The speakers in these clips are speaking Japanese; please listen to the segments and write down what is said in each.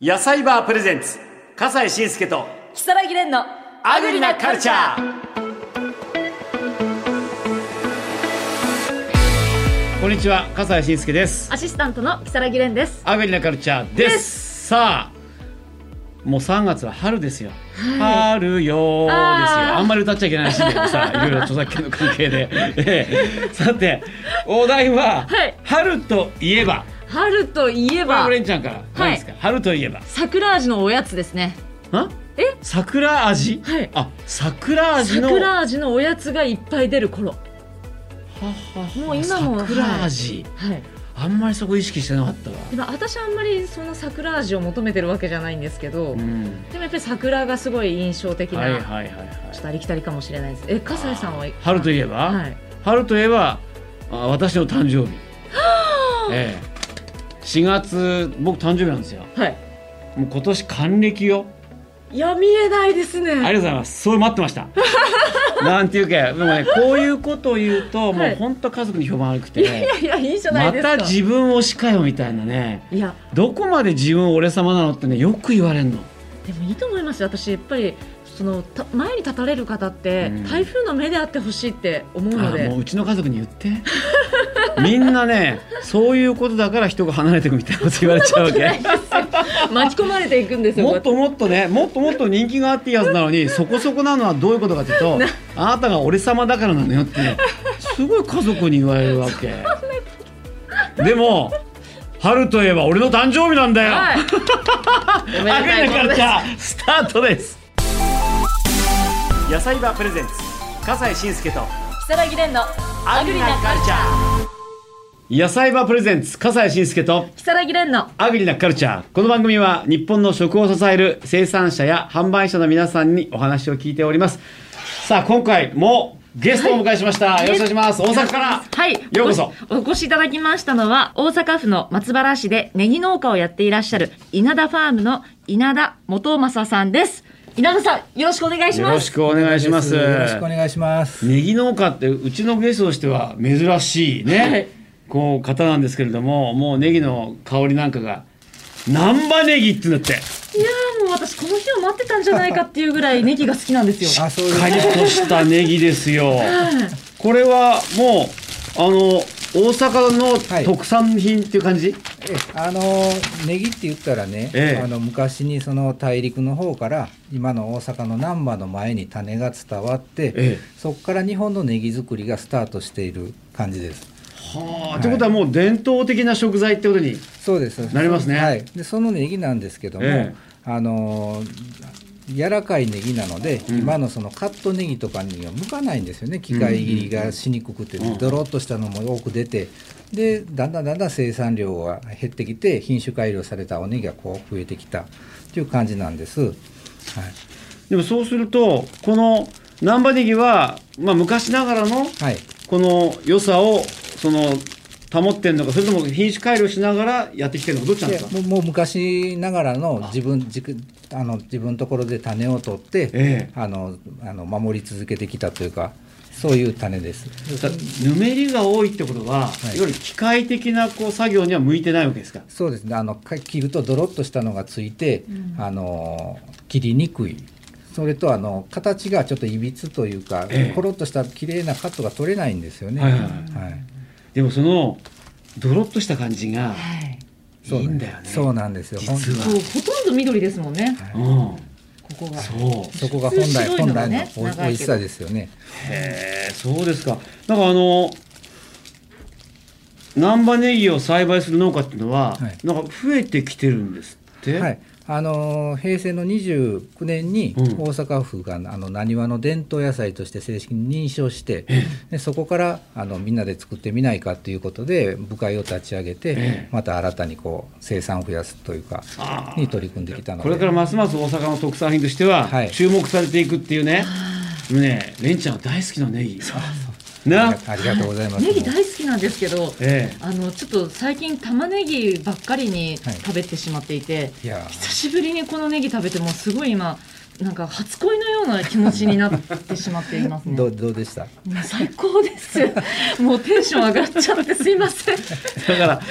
野菜バープレゼンツ笠西慎介と木更木蓮のアグリなカルチャーこんにちは笠西慎介ですアシスタントの木更木蓮ですアグリなカルチャーですさあもう3月は春ですよ、春よーですよあーあんまり歌っちゃいけないら しいんだけどさいろいろ著作権の関係で、ええさてお題は、はい春といえば春といこれえばもれんちゃんから何ですか、春といえば桜味のおやつですねんえ桜味、はいあ桜味の桜味のおやつがいっぱい出る頃はははもう今も桜味、はいあんまりそこ意識してなかったわ、でも私あんまりその桜味を求めてるわけじゃないんですけど、うん、でもやっぱり桜がすごい印象的な、はいはいはいはちょいっとありきたりかもしれないですえ笠井さんは春といえば、はい春といえばあ私の誕 生日ええ4月僕誕生日なんですよはいもう今年還暦よいや見えないですねありがとうございますそう待ってました なんていうかでもねこういうことを言うと、はもうい本当家族に評判悪くていやいやいやいいじゃないまですかた自分推しかよみたいなねいやどこまで自分俺様なのってねよく言われんのでもいいと思いますよ私やっぱりそのた前に立たれる方って、うん台風の目であってほしいって思うあのでもううちの家族に言って みんなねそういうことだから人が離れていくみたいなこと言われちゃうわ け 巻き込まれていくんですよもっともっとねもっともっと人気があっていいはずなのにそこそこなのはどういうことかっていうとあなたが俺様だからなのよってねすごい家族に言われるわけでも春といえば俺の誕生日なんだよ、はいおめでアグたリいなこカとルでチャすースタートです野菜バープレゼンツ笠西慎介と如月蓮のアグリなカルチャャー野菜バープレゼンツ笠西慎介と如月蓮のアグリなカルチャーこの番組は日本の食を支える生産者や販売者の皆さんにお話を聞いておりますさあ今回もゲストをお迎えしました、よろしくお願いします大阪からはいようこそお越しいただきましたのは大阪府の松原市でネギ農家をやっていらっしゃる稲田ファームの稲田元正さんです稲田さんよろしくお願いしよまろすしくお願いしますよろしくお願いします。ネギ農家ってうちのゲストとしては珍しいね、はいこう方なんですけれどももうネギの香りなんかが難波ネギって言うんだっていやーもう私この日を待ってたんじゃないかっていうぐらいネギが好きなんですよあ、そうですカリね。ッとしたネギですよこれはもうあの大阪はのい特産品っていう感じ、えあのネギって言ったらね、ええあの昔にその大陸の方から今の大阪の難波の前に種が伝わって、ええそこから日本のネギ作りがスタートしている感じです。はあ、ってことはもう伝統的な食材ってことにそうです。なりますねはい。でそのネギなんですけども、ええあの柔らかいネギなので、うん今のそのカットネギとかには向かないんですよね機械切りがしにくくて、うんうんうんドロッとしたのも多く出てでだんだんだんだん生産量が減ってきて品種改良されたおネギがこう増えてきたという感じなんです、はい、でもそうするとこの難波ネギは、まあ、昔ながらのはい、この良さをその保ってんのかそれとも品種改良しながらやってきてるのかどっちなんでですかもうもう昔ながらの自分自あの自分のところで種を取って、ええあのあの守り続けてきたというかそういう種です。さぬめりが多いってことは、はいい、わゆる機械的なこう作業には向いてないわけですかそうですねあのか切るとドロッとしたのがついて、あの切りにくいそれとあの形がちょっといびつというか、ええコロッとした綺麗なカットが取れないんですよねはいはいははいでもそのドロッとした感じがはいいいんだよねそうなんですよ実ほんはそうほとんど緑ですもんねはうんここがそうそこが本普通来白いの本が来のねおい長いけど美味しさですよねへえそうですかなんかあの難波ネギを栽培する農家っていうのは、はいなんか増えてきてるんですって、はいあのー平成の29年にう大ん阪府があのなにわの伝統野菜として正式に認証して、でそこからあのみんなで作ってみないかということで部会を立ち上げて、えまた新たにこう生産を増やすというかあーに取り組んできたのでこれからますます大阪の特産品としては、はい注目されていくっていうねでもねレンちゃんは大好きなネギあなりがありがとうございます、ネギ大好きなんですけど、ええあのちょっと最近玉ねぎばっかりに食べてしまっていて、いやー久しぶりにこのネギ食べてもうすごい今なんか初恋のような気持ちになってしまっていますね。 どうどうでしたもう最高です。もうテンション上がっちゃってすいません。だ から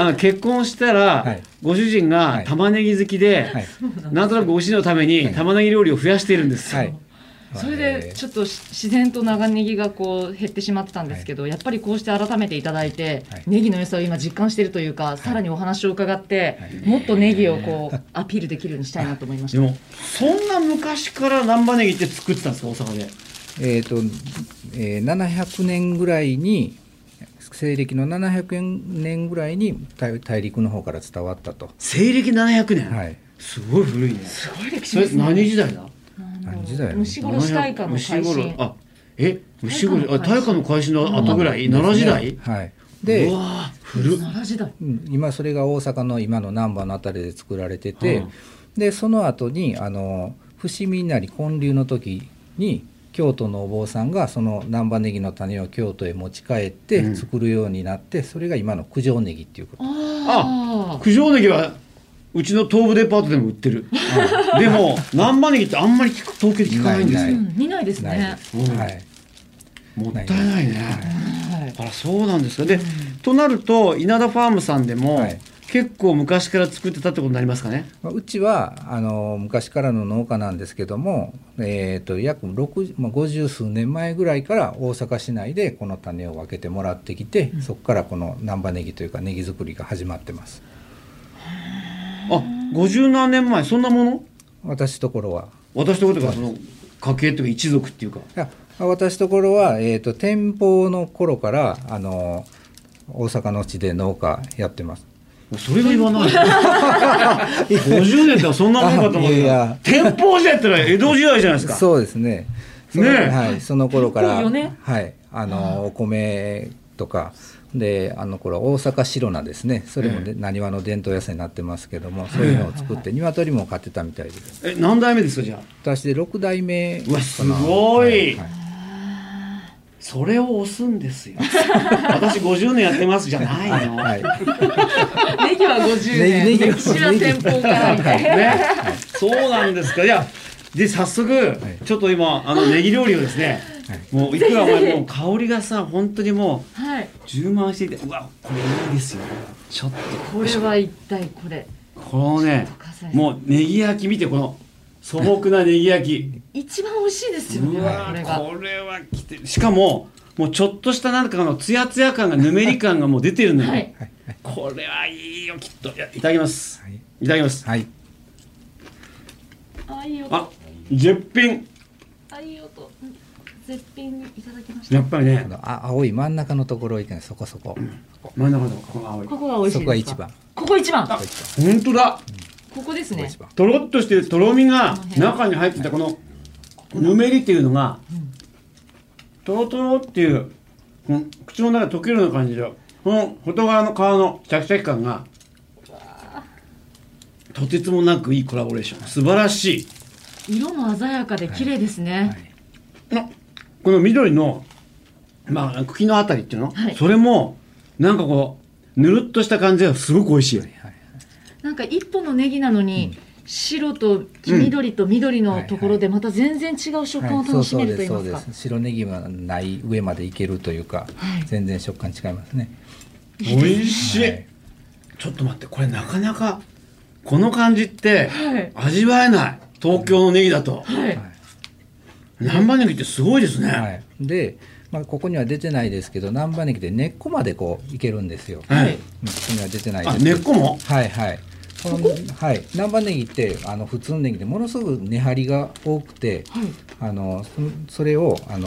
あの結婚したら、はいご主人はがい玉ねぎ好きで、はい、なんとなくご主人のために玉ねぎ料理を増やしているんですよ、 はい、それでちょっょっとし自然と長ネギがこう減ってしまってたんですけど、やっぱりこうして改めていただいて、はいネギの良さを今実感しているというか、さらにお話を伺って、はいもっとネギをこうアピールできるようにしたいなと思いましでた。もそんな昔から難波ネギって作ってたんですか大阪でえーとえー700年ぐらいに西暦の700年ぐらいに大大陸の方から伝わったと、西暦700年、はい、すごい古いねすごい歴史それですね。何時代だなんだろう何時代虫殺し大化の改牛殺新。あえ牛殺しあ大大化化の改新の後ぐらいですね奈良時代はい、でうわー古っ奈良時代。うん今それが大阪の今の難波のあたりで作られてて、うんでその後にあの伏見稲荷建立の時に京都のお坊さんがその難波ネギの種を京都へ持ち帰っうてん作るようになって、それが今の九条ネギっていうことあ九条ネギはうちの東武デパートでも売って るでも難波ネギってあんまり聞く東京で聞かないんですあ、よなういん、見ないですないねで。す、うんはいもったいないねはいあらそうなんですかでとなると稲田ファームさんでもはい結構昔から作ってたってことになりますかねまあうちはあの昔からの農家なんですけども、えー、と約60、まあ、50数年前ぐらいから大阪市内でこの種を分けてもらってきて、そこからこの難波ネギというかネギ作りが始まってますあ50何年前そんなもの私ところは私とことがその家系というか一族っていうかいや私ところは、えー、と店舗の頃からあの大阪の地で農家やってますそれが言わない。50年ってそんなもんかと思っいやいてや。天保時代ってのは江戸時代じゃないですか。そうですねそねのえはい、その頃から結構よねはい、あのお米とかであの頃大阪白菜ですねそれもえでなにわの伝統野菜になってますけども、そういうのを作って鶏も飼ってたみたいですえ、何代目ですかじゃあ。私で6代目うわかなすごいはそれを押すんです よ。私50年やってますじゃないの。はいはいネギは50年。ネギネギ歴史は店舗から みたいな。ね。そうなんですか。いや、で早速いちょっと今あのネギ料理をですね。もういくらお前もう香りがさ本当にもうはい。充満していて、うわこれいいですよ。ちょっとこれは一体これ。このねちょっと笠井、さんもうネギ焼き見てこの素朴なネギ焼き。 一番美味しいですよね。うわこれが。これはきてるしかももうちょっとしたなんかのツヤツヤ感がぬめり感がもう出てるのよ、はい。これはいいよきっといやいただきます、はいい、ただきます、はい、あ、いい音。あ絶品あ、いい音。うん絶品いただきましやた。っぱりあねのあ青い真ん中のところ行けないそこそこ、真ん中のこの青いここが美味しいですか。そこが一番ここ一番。あ本当だここですここね一。番とろっとしてるとろみが中に入ってたこのぬめりっていうのがとろとろっていうこの口の中で溶けるような感じでこの外側の皮のシャキシャキ感がとてつもなくいいコラボレーション素晴らしい色も鮮やかで綺麗ですね。のこの緑の、まあ、茎のあたりっていうの、はいそれもなんかこうぬるっとした感じがすごく美味しいよねなんか一本のネギなのに。白と黄緑と緑のところでまた全然違う食感をはいそ楽うしそめうるとで言いますそうすでかす白ネギはない上までいけるというか、はい全然食感違いますね美味しい、はいちょっと待ってこれなかなかこの感じってはい味わえない東京のネギだとはい南蛮ネギってすごいですね、はい、で、まあ、ここには出てないですけど南蛮ネギで根っこまでこういけるんですよ、はいはいうんここには出てないであす根っこもはいはいこのはい、南蛮ネギってあの普通のネギでものすごく根張りが多くてはいあのそそれをあの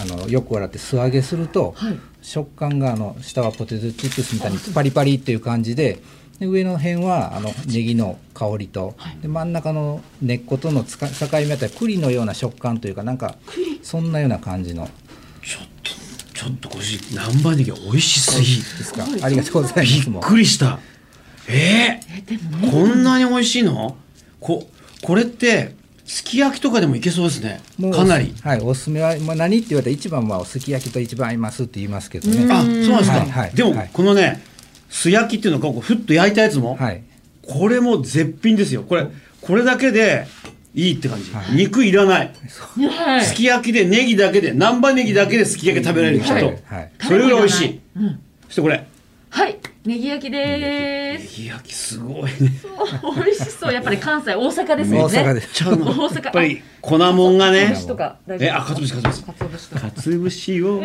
あのよく洗って素揚げすると、はい食感があの下はポテトチップスみたいにパリパリっていう感じでで上の辺はあのネギの香りと、で真ん中の根っことのつか境目あたり栗のような食感というかなんかそんなような感じのちょっとちょっとご主人南蛮ネギ美味しすぎですかすごいありがとうございますびもっうくりしたえー、えでもねこんなに美味しいのここれってすき焼きとかでもいけそうですねもうかなりはいおすすめは、まあ、何って言われたら一番はすき焼きと一番合いますって言いますけどねあそうなんですか、はいはいでも、はいこのね素焼きっていうのがこうふっと焼いたやつも、はいこれも絶品ですよこれこれだけでいいって感じ、はい肉いらない、はいすき焼きでネギだけで南蛮ネギだけですき焼き食べられる人と、はいはいそれぐらい美味しい、うんそしてこれはいネギ焼きでネすギ焼きすごいねお美味しそうやっぱり関西大阪です大もんね阪ですちゃうの大や阪っぱり粉もんがねかつお節とか大丈夫えあかつお節かつお節かつお節とかかつぶしを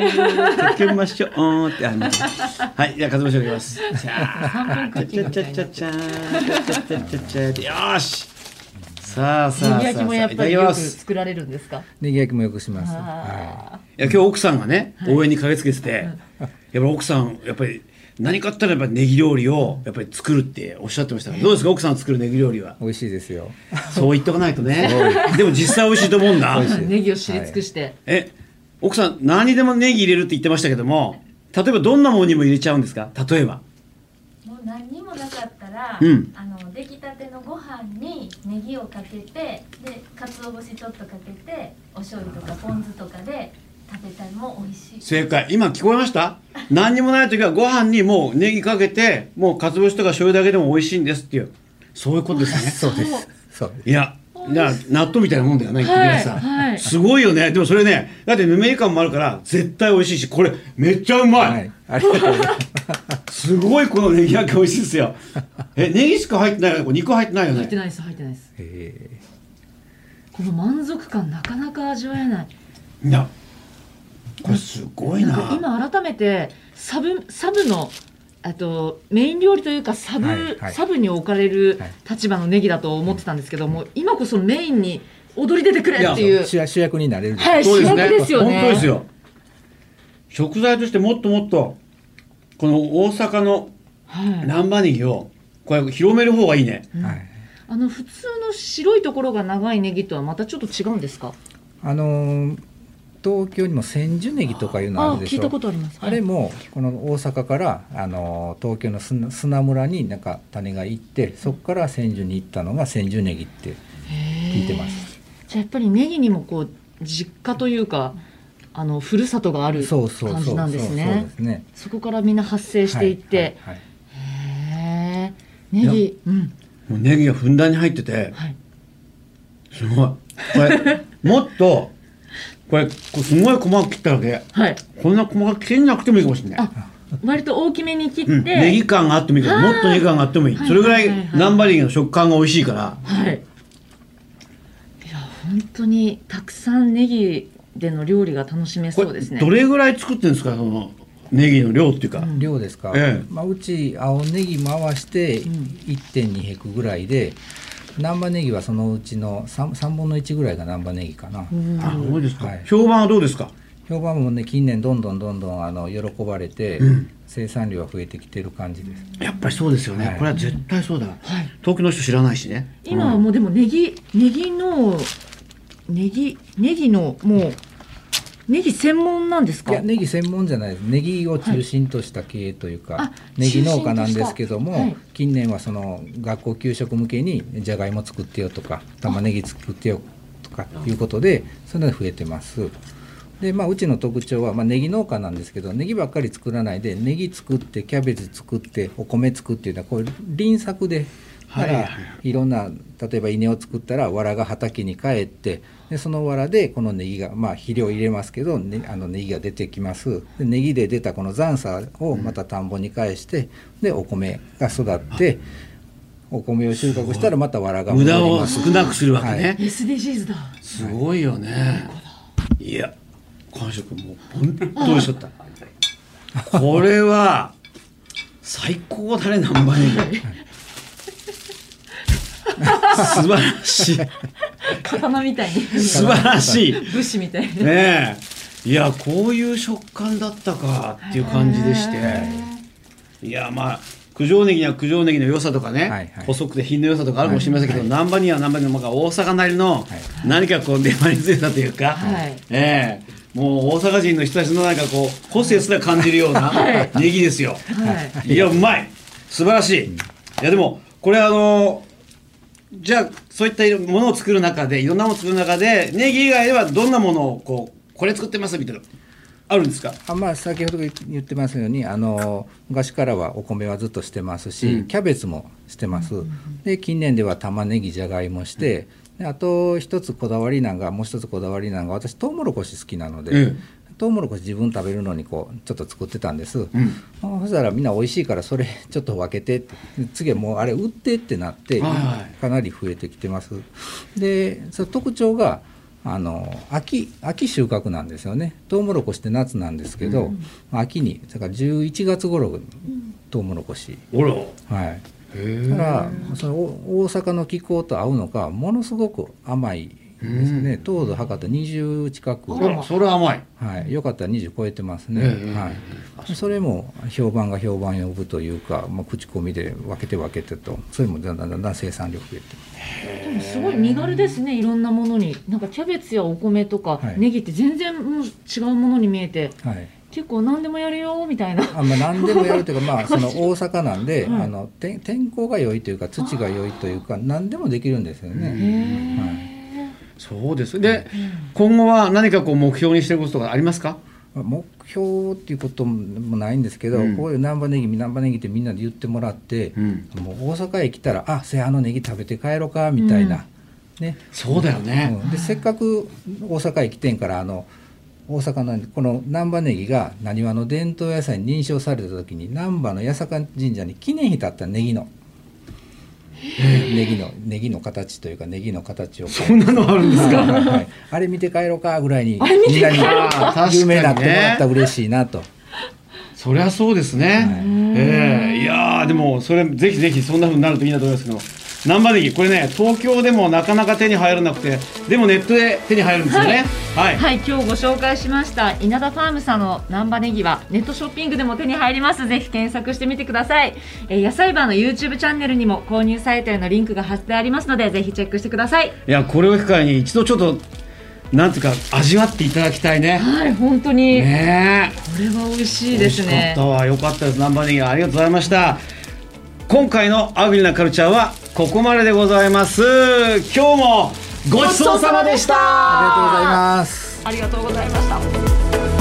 かけましょうってあのはいじゃあかつぶしをかけますじゃあ分ちゃちゃちゃちゃちゃちゃちゃちゃちゃよしさあさあさネギあ焼きさもあやっいたぱだりきよまくす作られるんですかネギ焼きもよくします。はいあいや今日奥さんがね応援に駆けつけててやっぱり奥さんやっぱり何かあったらやっぱネギ料理をやっぱり作るっておっしゃってましたけどどうですか奥さんの作るネギ料理 は美味しいですよ。そう言っとかないとねでも実際美味しいと思うんだ味しいーネギを知り尽くしてえ奥さん何にでもネギ入れるって言ってましたけども例えばどんなものにも入れちゃうんですか例えばもう何にもなかったら、うんあの出来たてのご飯にネギをかけてで鰹節ちょっとかけてお醤油とかポン酢とかで食べたいも美味しい正解今聞こえました何にもない時はご飯にもうネギかけてもう鰹節とか醤油だけでも美味しいんですっていう そういうことですね そうです。そうです。いやじゃあ納豆みたいなもんだよね言ってください、はいすごいよねでもそれねだってぬめり感もあるから絶対美味しいしこれめっちゃうま、はいい。ありがとうございます。すごいこのネギ焼き美味しいです よえネギしか入ってないからこれ肉入ってないよ入ってねないです入ってないですえこの満足感なかなか味わえないいやこれすごいなんなか今改めてサブサブのあとメイン料理というかサブ、はいはいサブに置かれるはい立場のネギだと思ってたんですけども、今こそメインに踊り出てくれっていうー主役主役になれる。はいそうですね主役ですよね本当ですよ食材としてもっともっとこの大阪のはい、南蛮ネギをこれ広める方がいいねうんはい。あの普通の白いところが長いネギとはまたちょっと違うんですかあのー東京にも千住ネギとかいうのああるで聞しいょたことありますあれもこの大阪からあのー東京の砂砂村になんか種が行ってそこから千住に行ったのが千住ネギって聞聞いてます、じゃあやっぱりネギにもこう実家というかあのふるさとがあるそうそうそう感じなんですねそうそうですねそこからみんな発生していって、はいはいへえネいギうんもうネギがふんだんに入っててはいすごいこれもっとこれこうすごい細かく切ったわけはいこんな細かく切んなくてもいいかもしれないあ割と大きめに切って、うん、ネギ感があってもいいからもっとネギ感があってもいい、はいそれぐらはいはいいはい南蛮ネギの食感が美味しいからはいいや本当にたくさんネギでの料理が楽しめこそうれですねどれぐらい作ってるんですかそのネギの量っていうか、量ですか、ええまあ、うち青ネギも合わせてうん1.2ヘクぐらいで南蛮ネギはそのうちの 3, 三分の1ぐらいが南蛮ネギかな、うんあそうですか、はい評判はどうですか評判もね近年どんどんどんどんあの喜ばれて、うん生産量が増えてきてる感じですやっぱりそうですよね、はいこれは絶対そうだ、はい東京の人知らないしね今はもうでもネギネギのネギネギのもうネギ専門なんですいかやネギ専門じゃないですネギを中心とした経営というか、はいあネギ農家なんですけども、中心としたは近年はその学校給食向けにじゃがいも作ってよとか玉ねぎ作ってよとかいうことでそういうのが増えてますでまあうちの特徴は、まあ、ネギ農家なんですけどネギばっかり作らないでネギ作ってキャベツ作ってお米作っていうのはこう輪作ではだいから、いろんな例えば稲を作ったら藁が畑に帰ってでその藁でこのネギがまあ肥料入れますけど、ね、あのネギが出てきますでネギで出たこの残差をまた田んぼに返して、でお米が育ってお米を収穫したらまた藁が無戻駄りをます少なくするわけね、は SDGs だすごいよね。いや、感触もう本当にしちゃった。 これは最高だね、ナンバーネギ。素晴らしい、刀みたいに素晴らしい。武士みたいにねえ。いや、こういう食感だったかっていう感じでして。いや、まあ。九条ネギには九条ネギの良さとかね、はいはい細くて品の良さとかあるかもしれませんけど、南蛮には南蛮にのまあ大阪なりの何かこう粘り強さというか、はいええもう大阪人の人たちのなんかこう個性すら感じるようなネギですよ。はいいやうまい素晴らしい、いやでもこれあのじゃあそういったものを作る中でいろんなものを作る中でネギ以外ではどんなものをこうこれ作ってますみたいなのあるんですかあまあ、先ほど言ってますようにあの昔からはお米はずっとしてますし、うんキャベツもしてます、で近年では玉ねぎじゃがいもして、であと一つこだわりなんがもう一つこだわりなんが私トウモロコシ好きなので、えトウモロコシ自分食べるのにこうちょっと作ってたんです、うんあそしたらみんな美味しいからそれちょっと分けてって次はもうあれ売ってってなって、はいはいかなり増えてきてますでその特徴があの秋秋収穫なんですよねトウモロコシって夏なんですけど、秋にだから11月頃にトウモロコシおらへはいえだからそのお大阪の気候と合うのかものすごく甘いですね、糖度測って20近くあらそれは甘いはい、よかったら20超えてますね、ええはい、それも評判が評判呼ぶというか、まあ、口コミで分けて分けてとそれもだんだんだんだん生産量増えてでもすごい身軽ですねいろんなものになんかキャベツやお米とかはいネギって全然もう違うものに見えてはい結構何でもやるよみたいなあまあ、何でもやるというか、まあ、その大阪なんで、はいあの天天候が良いというか土が良いというか何でもできるんですよへね、ーはいそうですで今後は何かこう目標にしてることとかありますかまあ目標っていうこともないんですけど、うんこういう南波ネギ南波ネギってみんなで言ってもらって、うんもう大阪へ来たら「あせやあのネギ食べて帰ろうか」みたいな、ねそうだよねうんでせっかく大阪駅店からあの大阪のこの難波ネギがなにわの伝統野菜に認証された時に難波の八坂神社に記念碑だったネギのネギのネギの形というかネギの形をそんなのあるんですかはいはいはいあれ見て帰ろうかぐらいにあれ見てみんなにあー確かにね有名になってもらったら嬉しいなと、そりゃそうですね、ええいやーでもそれぜひぜひそんな風になるといいなと思いますけど難波ネギこれね東京でもなかなか手に入らなくてでもネットで手に入るんですよねはい、はい、今日ご紹介しました稲田ファームさんの難波ネギはネットショッピングでも手に入りますぜひ検索してみてください、えー野菜バーの YouTube チャンネルにも購入サイトへのリンクが貼ってありますのでぜひチェックしてくださいいやこれを機会に一度ちょっとなんていうか味わっていただきたいねはい本当に、ねえこれは美味しいで美味しすかねったわよかったです南波ネギありがとうございました今回のアグリなカルチャーはここまででございます今日もごちそうさまでしたありがとうございますありがとうございました